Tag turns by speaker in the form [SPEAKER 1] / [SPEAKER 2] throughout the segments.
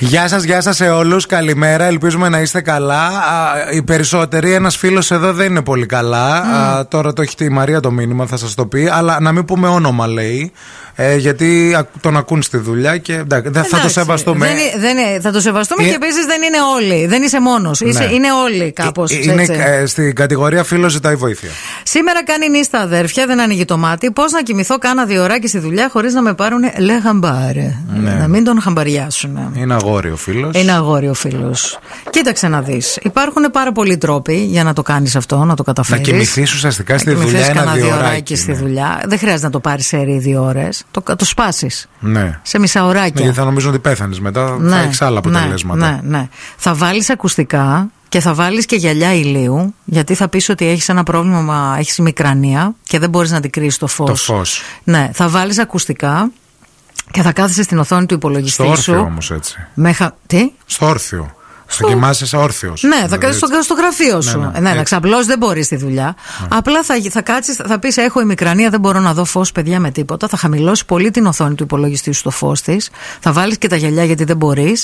[SPEAKER 1] Γεια σας, γεια σας σε όλους. Καλημέρα. Ελπίζουμε να είστε καλά. Α, οι περισσότεροι, ένας φίλος εδώ δεν είναι πολύ καλά. Α, τώρα το έχει τη Μαρία το μήνυμα, θα σας το πει. Αλλά να μην πούμε όνομα, λέει. Ε, γιατί α- τον ακούν στη δουλειά και εντάξει, δεν θα το
[SPEAKER 2] Εντάξει.
[SPEAKER 1] σεβαστούμε.
[SPEAKER 2] Δεν, ε- δεν, ε, θα το σεβαστούμε
[SPEAKER 1] Ε-
[SPEAKER 2] και επίσης δεν είναι όλοι. Δεν είσαι μόνος.
[SPEAKER 1] Ναι.
[SPEAKER 2] Είναι όλοι κάπως.
[SPEAKER 1] Ε, Είναι ε, στην κατηγορία φίλος ζητάει βοήθεια.
[SPEAKER 2] Σήμερα κάνει νύστα στα αδέρφια, δεν ανοίγει το μάτι. Πώς να κοιμηθώ κάνα δύο ώρακι στη δουλειά χωρίς να με πάρουν λε χαμπάρε.
[SPEAKER 1] Ναι.
[SPEAKER 2] Να μην τον χαμπαριάσουν.
[SPEAKER 1] Είναι αγόρι ο φίλος.
[SPEAKER 2] Είναι αγόρι ο φίλος. Κοίταξε να δεις. Υπάρχουν πάρα πολλοί τρόποι για να το κάνεις αυτό, να το
[SPEAKER 1] Να
[SPEAKER 2] καταφέρει.
[SPEAKER 1] κοιμηθείς ουσιαστικά στη δουλειά ένα ναι.
[SPEAKER 2] κανένα δύο
[SPEAKER 1] διωράκι.
[SPEAKER 2] ώρακι στη δουλειά. Δεν χρειάζεται να το πάρεις σε ρί δύο ώρες. Το, το σπάσεις.
[SPEAKER 1] Ναι.
[SPEAKER 2] Σε μισά
[SPEAKER 1] Ναι,
[SPEAKER 2] ωράκια.
[SPEAKER 1] γιατί θα νομίζουν ότι πέθανες μετά. θα έχεις άλλα αποτελέσματα.
[SPEAKER 2] Ναι, ναι. Θα βάλεις ακουστικά και θα βάλεις και γυαλιά ηλίου, γιατί θα πεις ότι έχεις ένα πρόβλημα, έχεις μικρανία και δεν μπορείς να αντικρίσει το φως.
[SPEAKER 1] Το φως.
[SPEAKER 2] Ναι, θα βάλεις ακουστικά και θα κάθεσαι στην οθόνη του υπολογιστή
[SPEAKER 1] Στο
[SPEAKER 2] σου.
[SPEAKER 1] όρθιο όμως έτσι.
[SPEAKER 2] Με χα- Τι?
[SPEAKER 1] Στο όρθιο.
[SPEAKER 2] Στο-
[SPEAKER 1] Θα κοιμάσαι Δηλαδή σαν όρθιος.
[SPEAKER 2] Ναι, θα κάνει στο, στο γραφείο σου.
[SPEAKER 1] ναι,
[SPEAKER 2] Ναι, να
[SPEAKER 1] έτσι. Ναι.
[SPEAKER 2] ξαπλώσει δεν μπορείς στη δουλειά. Απλά θα, θα κάτσεις, θα πεις: Έχω ημικρανία, δεν μπορώ να δω φως, παιδιά, με τίποτα. Θα χαμηλώσει πολύ την οθόνη του υπολογιστή σου στο φως της. Θα βάλεις και τα γυαλιά γιατί δεν μπορείς.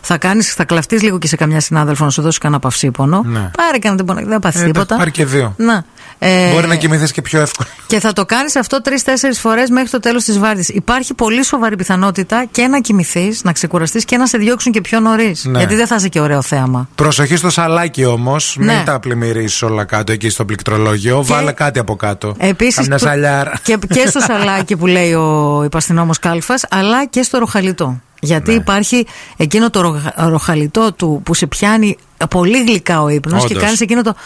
[SPEAKER 2] Θα, κάνεις, θα κλαφτείς λίγο και σε καμιά συνάδελφο να σου δώσει κανένα παυσίπονο.
[SPEAKER 1] Ναι.
[SPEAKER 2] Πάρε κανένα τίποτα, δεν πάθεις
[SPEAKER 1] Ε,
[SPEAKER 2] τίποτα.
[SPEAKER 1] πάρε και δύο.
[SPEAKER 2] Να. Ε,
[SPEAKER 1] Μπορεί να κοιμηθείς και πιο εύκολα.
[SPEAKER 2] και θα το κάνεις αυτό τρει-τέσσερι φορές μέχρι το τέλος της βάρδης. Υπάρχει πολύ σοβαρή πιθανότητα και να κοιμηθείς, να ξεκουραστείς και να σε διώξουν και πιο νωρίς.
[SPEAKER 1] Ναι.
[SPEAKER 2] Γιατί δεν θα είσαι και ωραίο θέαμα.
[SPEAKER 1] Προσοχή στο σαλάκι όμως.
[SPEAKER 2] Ναι.
[SPEAKER 1] Μην τα πλημμυρίσεις όλα κάτω εκεί στο πληκτρολόγιο. Βάλε κάτι από κάτω.
[SPEAKER 2] Επίσης,
[SPEAKER 1] Καμιά
[SPEAKER 2] του-
[SPEAKER 1] σαλιάρα.
[SPEAKER 2] Και, και στο σαλάκι που λέει ο υπαστυνόμο Κάλφας, αλλά και στο ροχαλιτό. Γιατί
[SPEAKER 1] Ναι.
[SPEAKER 2] υπάρχει εκείνο το ροχα- ροχαλιτό του που σε πιάνει πολύ γλυκά ο ύπνος και
[SPEAKER 1] Όντως.
[SPEAKER 2] κάνεις εκείνο το.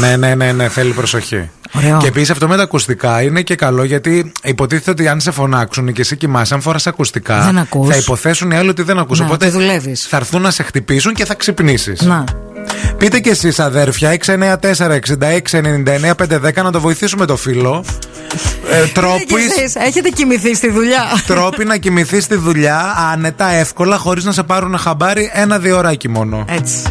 [SPEAKER 1] Ναι, ναι, ναι, ναι, θέλει προσοχή.
[SPEAKER 2] Ωραίο.
[SPEAKER 1] Και επίσης αυτό με τα ακουστικά είναι και καλό γιατί υποτίθεται ότι αν σε φωνάξουν και εσύ κοιμάσαι, αν φοράς ακουστικά,
[SPEAKER 2] Δεν ακούς.
[SPEAKER 1] θα υποθέσουν οι άλλοι ότι δεν ακούς
[SPEAKER 2] Να,
[SPEAKER 1] Οπότε
[SPEAKER 2] ότι δουλεύεις. Ναι.
[SPEAKER 1] θα έρθουν να σε χτυπήσουν και θα ξυπνήσεις.
[SPEAKER 2] Να.
[SPEAKER 1] Πείτε κι εσείς, αδέρφια, 694-66-99-510 να το βοηθήσουμε το φίλο. Ε, τρόποι,
[SPEAKER 2] Έχετε- Έχετε κοιμηθεί στη δουλειά.
[SPEAKER 1] τρόποι να κοιμηθεί στη δουλειά άνετα, εύκολα, χωρίς να σε πάρουν χαμπάρι ένα-δύο ώρακι μόνο.
[SPEAKER 2] Έτσι.